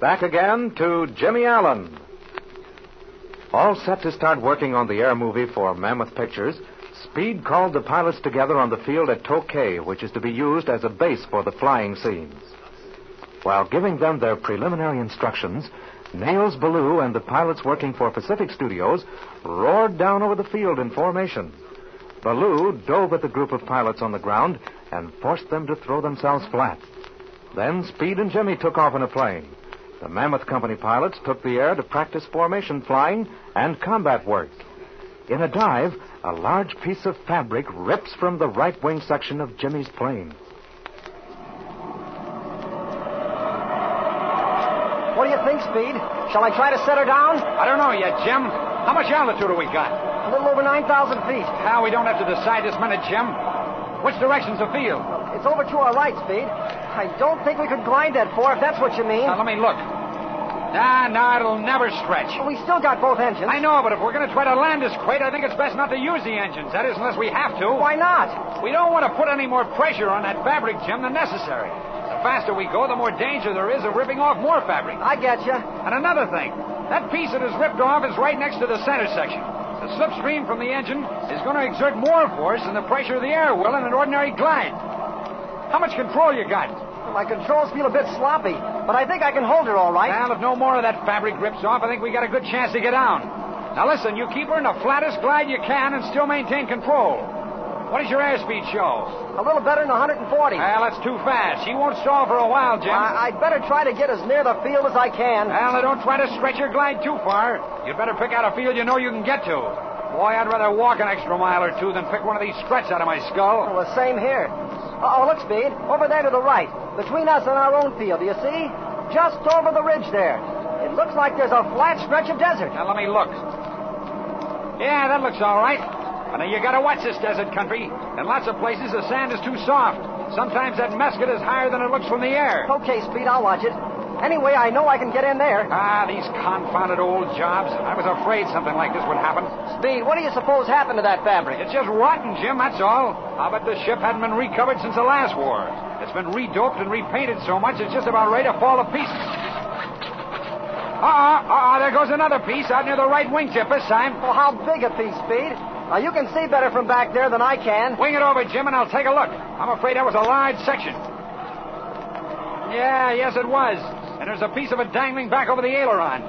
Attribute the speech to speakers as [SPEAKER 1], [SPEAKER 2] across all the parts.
[SPEAKER 1] Back again to Jimmy Allen. All set to start working on the air movie for Mammoth Pictures, Speed called the pilots together on the field at Tokay, which is to be used as a base for the flying scenes. While giving them their preliminary instructions, Nails Ballou and the pilots working for Pacific Studios roared down over the field in formation. Ballou dove at the group of pilots on the ground and forced them to throw themselves flat. Then Speed and Jimmy took off in a plane. The Mammoth Company pilots took the air to practice formation flying and combat work. In a dive, a large piece of fabric rips from the right wing section of Jimmy's plane.
[SPEAKER 2] What do you think, Speed? Shall I try to set her down?
[SPEAKER 3] I don't know yet, Jim. How much altitude have we got?
[SPEAKER 2] A little over 9,000 feet.
[SPEAKER 3] Now we don't have to decide this minute, Jim. Which direction's the field?
[SPEAKER 2] It's over to our right, Speed. I don't think we could grind that far, if that's what you mean.
[SPEAKER 3] Now let me look. Nah, nah, it'll never stretch.
[SPEAKER 2] we still got both engines.
[SPEAKER 3] I know, but if we're going to try to land this crate, I think it's best not to use the engines. That is, unless we have to.
[SPEAKER 2] Why not?
[SPEAKER 3] We don't want to put any more pressure on that fabric, Jim, than necessary. The faster we go, the more danger there is of ripping off more fabric.
[SPEAKER 2] I get you.
[SPEAKER 3] And another thing, that piece that is ripped off is right next to the center section. The slipstream from the engine is going to exert more force than the pressure of the air will in an ordinary glide. How much control you got?
[SPEAKER 2] My controls feel a bit sloppy, but I think I can hold her all right.
[SPEAKER 3] Well, if no more of that fabric rips off, I think we got a good chance to get down. Now listen, you keep her in the flattest glide you can and still maintain control. What does your airspeed show?
[SPEAKER 2] A little better than 140.
[SPEAKER 3] Well, that's too fast. She won't stall for a while, Jim.
[SPEAKER 2] I- I'd better try to get as near the field as I can.
[SPEAKER 3] Well, now don't try to stretch your glide too far. You'd better pick out a field you know you can get to. Boy, I'd rather walk an extra mile or two than pick one of these stretch out of my skull.
[SPEAKER 2] Well, the same here. Oh, look, Speed. Over there to the right. Between us and our own field, do you see? Just over the ridge there. It looks like there's a flat stretch of desert.
[SPEAKER 3] Now, let me look. Yeah, that looks all right. But now you gotta watch this desert country. In lots of places, the sand is too soft. Sometimes that mesquite is higher than it looks from the air.
[SPEAKER 2] Okay, Speed, I'll watch it. Anyway, I know I can get in there.
[SPEAKER 3] Ah, these confounded old jobs. I was afraid something like this would happen.
[SPEAKER 2] Speed, what do you suppose happened to that fabric?
[SPEAKER 3] It's just rotten, Jim, that's all. I'll bet the ship hadn't been recovered since the last war. It's been redoped and repainted so much it's just about ready to fall to pieces. Ah, ah, ah, there goes another piece out near the right wingtip this time.
[SPEAKER 2] Well, Oh, how big a piece, Speed? Now, you can see better from back there than I can.
[SPEAKER 3] Wing it over, Jim, and I'll take a look. I'm afraid that was a large section. Yeah, yes, it was. And there's a piece of it dangling back over the aileron.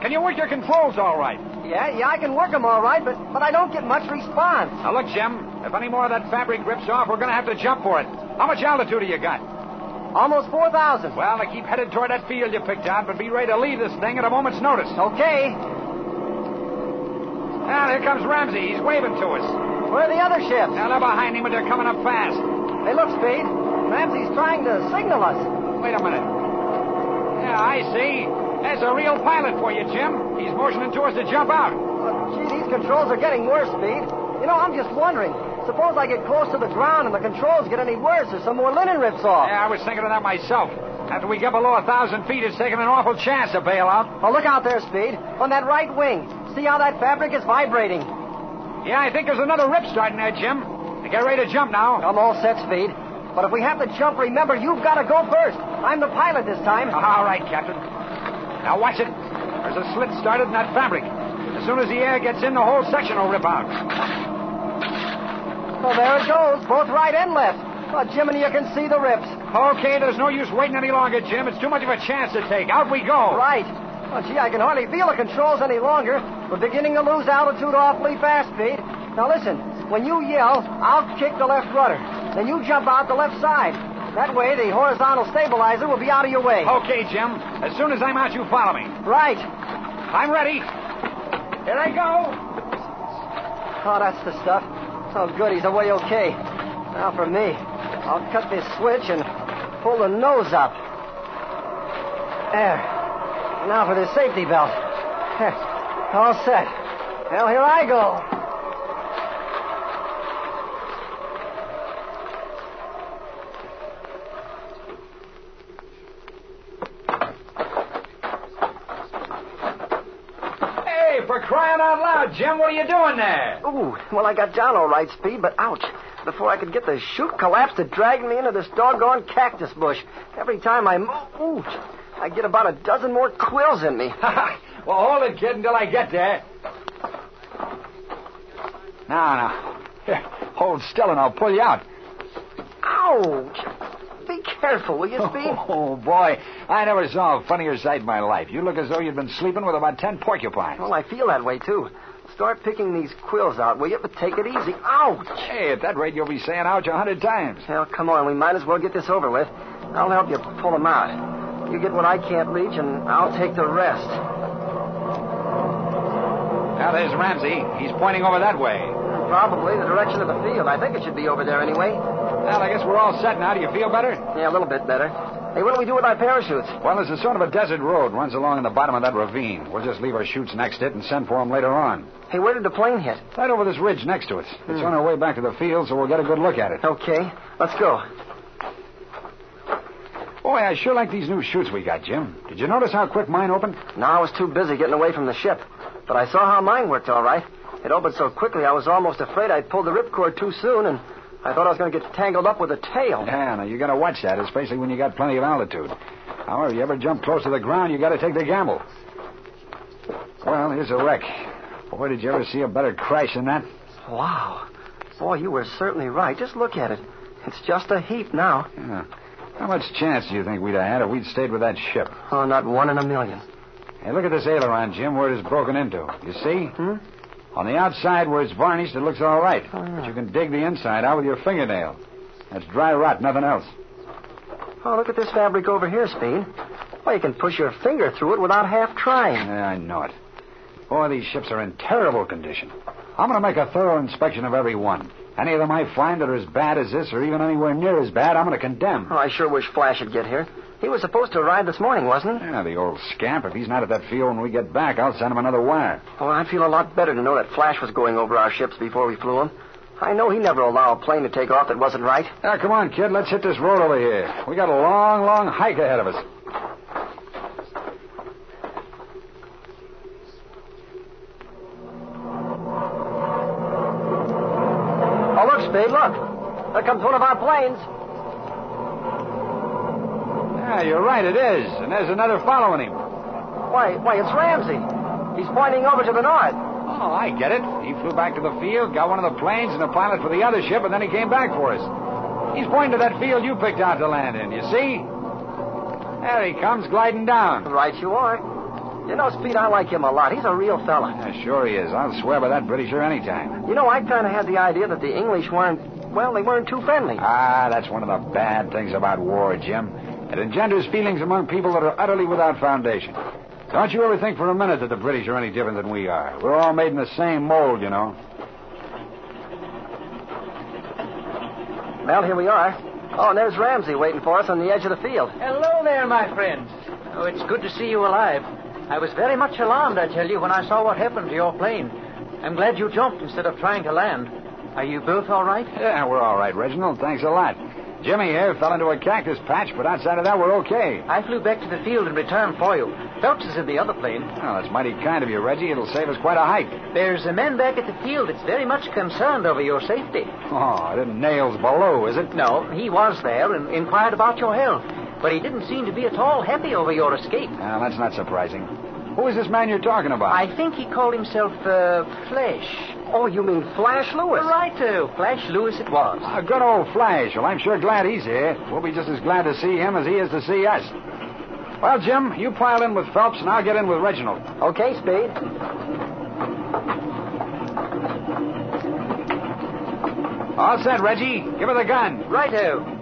[SPEAKER 3] Can you work your controls all right?
[SPEAKER 2] Yeah, yeah, I can work 'em all right, but, but I don't get much response.
[SPEAKER 3] Now, look, Jim, if any more of that fabric rips off, we're going to have to jump for it. How much altitude have you got?
[SPEAKER 2] Almost 4,000.
[SPEAKER 3] Well, now keep headed toward that field you picked out, but be ready to leave this thing at a moment's notice.
[SPEAKER 2] Okay.
[SPEAKER 3] Now, here comes Ramsey. He's waving to us.
[SPEAKER 2] Where are the other ships?
[SPEAKER 3] Now, they're behind him, but they're coming up fast.
[SPEAKER 2] Hey, look, Speed. Ramsey's trying to signal us.
[SPEAKER 3] Wait a minute. Yeah, I see. There's a real pilot for you, Jim. He's motioning to us to jump out.
[SPEAKER 2] But, gee, these controls are getting worse, Speed. You know, I'm just wondering. Suppose I get close to the ground and the controls get any worse or some more linen rips off.
[SPEAKER 3] Yeah, I was thinking of that myself. After we get below a thousand feet, it's taking an awful chance to bail out.
[SPEAKER 2] Oh, look out there, Speed. On that right wing. See how that fabric is vibrating.
[SPEAKER 3] Yeah, I think there's another rip starting there, Jim. Now, Get ready to jump now.
[SPEAKER 2] I'm all set, Speed. But if we have to jump, remember, you've got to go first. I'm the pilot this time.
[SPEAKER 3] All right, Captain. Now watch it. There's a slit started in that fabric. As soon as the air gets in, the whole section will rip out.
[SPEAKER 2] So there it goes, both right and left. Oh, Jiminy, you can see the rips.
[SPEAKER 3] Okay, there's no use waiting any longer, Jim. It's too much of a chance to take. Out we go.
[SPEAKER 2] Right. Oh, gee, I can hardly feel the controls any longer. We're beginning to lose altitude awfully fast, Pete. Now listen, when you yell, I'll kick the left rudder. Then you jump out the left side. That way, the horizontal stabilizer will be out of your way.
[SPEAKER 3] Okay, Jim. As soon as I'm out, you follow me.
[SPEAKER 2] Right.
[SPEAKER 3] I'm ready. Here I go.
[SPEAKER 2] Oh, that's the stuff. Oh, good, he's away okay. Now for me, I'll cut this switch and pull the nose up. There. Now for the safety belt. There. All set. Well, here I go.
[SPEAKER 3] Hey, for crying out loud, Jim, what are you doing there?
[SPEAKER 2] Ooh, well, I got down all right, Speed, but ouch. Before I could get the chute collapsed, it dragged me into this doggone cactus bush. Every time I moved. Ooh. I get about a dozen more quills in me.
[SPEAKER 3] well, hold it, kid, until I get there. Now, now. Here, hold still and I'll pull you out.
[SPEAKER 2] Ow! Be careful, will you, Speed?
[SPEAKER 3] Oh, boy. I never saw a funnier sight in my life. You look as though you'd been sleeping with about ten porcupines.
[SPEAKER 2] Well, I feel that way, too. Start picking these quills out, will you? But take it easy. Ouch!
[SPEAKER 3] Hey, at that rate, you'll be saying ouch a hundred times.
[SPEAKER 2] Well, come on. We might as well get this over with. I'll help you pull them out. You get what I can't reach, and I'll take the rest.
[SPEAKER 3] Now, there's Ramsey. He's pointing over that way.
[SPEAKER 2] Probably the direction of the field. I think it should be over there anyway.
[SPEAKER 3] Well, I guess we're all set now. Do you feel better?
[SPEAKER 2] Yeah, a little bit better. Hey, what do we do with our parachutes?
[SPEAKER 3] Well, there's a sort of a desert road runs along in the bottom of that ravine. We'll just leave our chutes next to it and send for them later on.
[SPEAKER 2] Hey, where did the plane hit?
[SPEAKER 3] Right over this ridge next to us. It's on our way back to the field, so we'll get a good look at it.
[SPEAKER 2] Okay, let's go.
[SPEAKER 3] Boy, I sure like these new chutes we got, Jim. Did you notice how quick mine opened?
[SPEAKER 2] No, I was too busy getting away from the ship, but I saw how mine worked all right. It opened so quickly I was almost afraid I pulled the ripcord too soon, and I thought I was going to get tangled up with the tail.
[SPEAKER 3] Yeah, now you gotta watch that, especially when you got plenty of altitude. However, you ever jump close to the ground, you gotta take the gamble. Well, here's a wreck. Boy, did you ever see a better crash than that?
[SPEAKER 2] Wow. Boy, you were certainly right. Just look at it. It's just a heap now.
[SPEAKER 3] Yeah. How much chance do you think we'd have had if we'd stayed with that ship?
[SPEAKER 2] Oh, not one in a million.
[SPEAKER 3] Hey, look at this aileron, Jim, where it is broken into. You see? Hmm? On the outside where it's varnished, it looks all right. But you can dig the inside out with your fingernail. That's dry rot, nothing else.
[SPEAKER 2] Oh, look at this fabric over here, Speed. Well, you can push your finger through it without half trying.
[SPEAKER 3] Yeah, I know it. Boy, these ships are in terrible condition. I'm going to make a thorough inspection of every one. Any of them I find that are as bad as this, or even anywhere near as bad, I'm going to condemn.
[SPEAKER 2] Oh, I sure wish Flash would get here. He was supposed to arrive this morning, wasn't he?
[SPEAKER 3] Yeah, the old scamp. If he's not at that field when we get back, I'll send him another wire.
[SPEAKER 2] Well, Oh, I'd feel a lot better to know that Flash was going over our ships before we flew him. I know he never allowed a plane to take off that wasn't right.
[SPEAKER 3] Now, come on, kid. Let's hit this road over here. We got a long, long hike ahead of us.
[SPEAKER 2] Oh, look, Spade, look. There comes one of our planes.
[SPEAKER 3] Yeah, you're right. It is. And there's another following him.
[SPEAKER 2] Why, why, it's Ramsey. He's pointing over to the north.
[SPEAKER 3] Oh, I get it. He flew back to the field, got one of the planes and a pilot for the other ship, and then he came back for us. He's pointing to that field you picked out to land in, you see? There he comes, gliding down.
[SPEAKER 2] Right you are. You know, Speed, I like him a lot. He's a real fella.
[SPEAKER 3] Yeah, sure he is. I'll swear by that Britisher any time.
[SPEAKER 2] You know, I kind of had the idea that the English weren't, well, they weren't too friendly.
[SPEAKER 3] Ah, that's one of the bad things about war, Jim. It engenders feelings among people that are utterly without foundation. Don't you ever think for a minute that the British are any different than we are. We're all made in the same mold, you know.
[SPEAKER 2] Well, here we are. Oh, and there's Ramsey waiting for us on the edge of the field.
[SPEAKER 4] Hello there, my friends. Oh, it's good to see you alive. I was very much alarmed, I tell you, when I saw what happened to your plane. I'm glad you jumped instead of trying to land. Are you both all right?
[SPEAKER 3] Yeah, we're all right, Reginald. Thanks a lot. Jimmy here fell into a cactus patch, but outside of that, we're okay.
[SPEAKER 4] I flew back to the field and returned for you. Phelps is in the other plane.
[SPEAKER 3] Well, that's mighty kind of you, Reggie. It'll save us quite a hike.
[SPEAKER 4] There's a man back at the field that's very much concerned over your safety.
[SPEAKER 3] Oh, it isn't nails below, is it?
[SPEAKER 4] No, he was there and inquired about your health, but he didn't seem to be at all happy over your escape.
[SPEAKER 3] Well, that's not surprising. Who is this man you're talking about?
[SPEAKER 4] I think he called himself uh, Flash.
[SPEAKER 2] Oh, you mean Flash Lewis?
[SPEAKER 4] Righto, Flash Lewis it was.
[SPEAKER 3] A good old Flash. Well, I'm sure glad he's here. We'll be just as glad to see him as he is to see us. Well, Jim, you pile in with Phelps, and I'll get in with Reginald.
[SPEAKER 2] Okay, Spade.
[SPEAKER 3] All set, Reggie. Give her the gun.
[SPEAKER 4] Righto.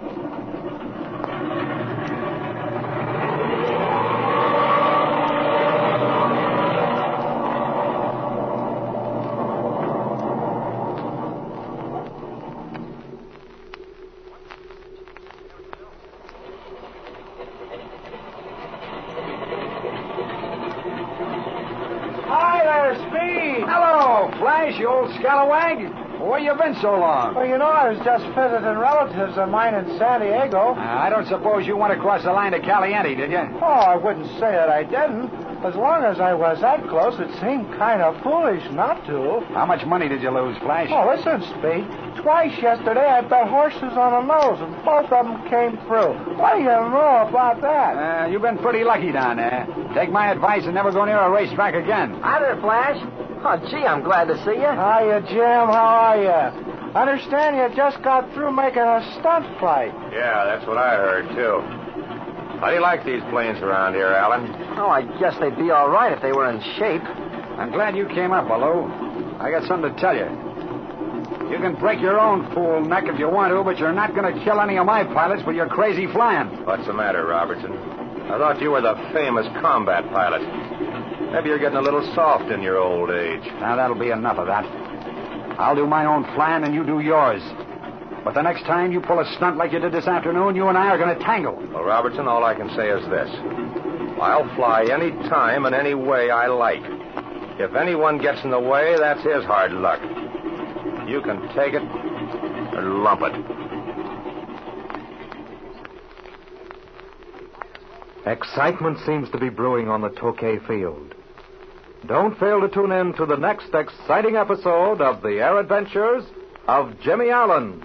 [SPEAKER 3] Hi there, Speed. Hello, Flash, you old scalawag. Where you been so long?
[SPEAKER 5] Well, you know, I was just visiting relatives of mine in San Diego.
[SPEAKER 3] Uh, I don't suppose you want to cross the line to Caliente, did you?
[SPEAKER 5] Oh, I wouldn't say that I didn't. As long as I was that close, it seemed kind of foolish not to.
[SPEAKER 3] How much money did you lose, Flash?
[SPEAKER 5] Oh, listen, Speed. Twice yesterday I bet horses on a nose, and both of them came through. What do you know about that?
[SPEAKER 3] Uh, you've been pretty lucky down there. Take my advice and never go near a racetrack again.
[SPEAKER 6] Hi there, Flash. Oh, gee, I'm glad to see you.
[SPEAKER 5] Hiya, Jim. How are you? Understand you just got through making a stunt flight.
[SPEAKER 2] Yeah, that's what I heard, too. How do you like these planes around here, Alan?
[SPEAKER 6] Oh, I guess they'd be all right if they were in shape.
[SPEAKER 3] I'm glad you came up, Baloo. I got something to tell you. You can break your own fool neck if you want to, but you're not going to kill any of my pilots with your crazy flying.
[SPEAKER 2] What's the matter, Robertson? I thought you were the famous combat pilot. Maybe you're getting a little soft in your old age.
[SPEAKER 3] Now, that'll be enough of that. I'll do my own flying and you do yours. But the next time you pull a stunt like you did this afternoon, you and I are going to tangle.
[SPEAKER 2] Well, Robertson, all I can say is this I'll fly any time and any way I like. If anyone gets in the way, that's his hard luck. You can take it or lump it.
[SPEAKER 7] Excitement seems to be brewing on the Tokay field. Don't fail to tune in to the next exciting episode of the Air Adventures of Jimmy Allen.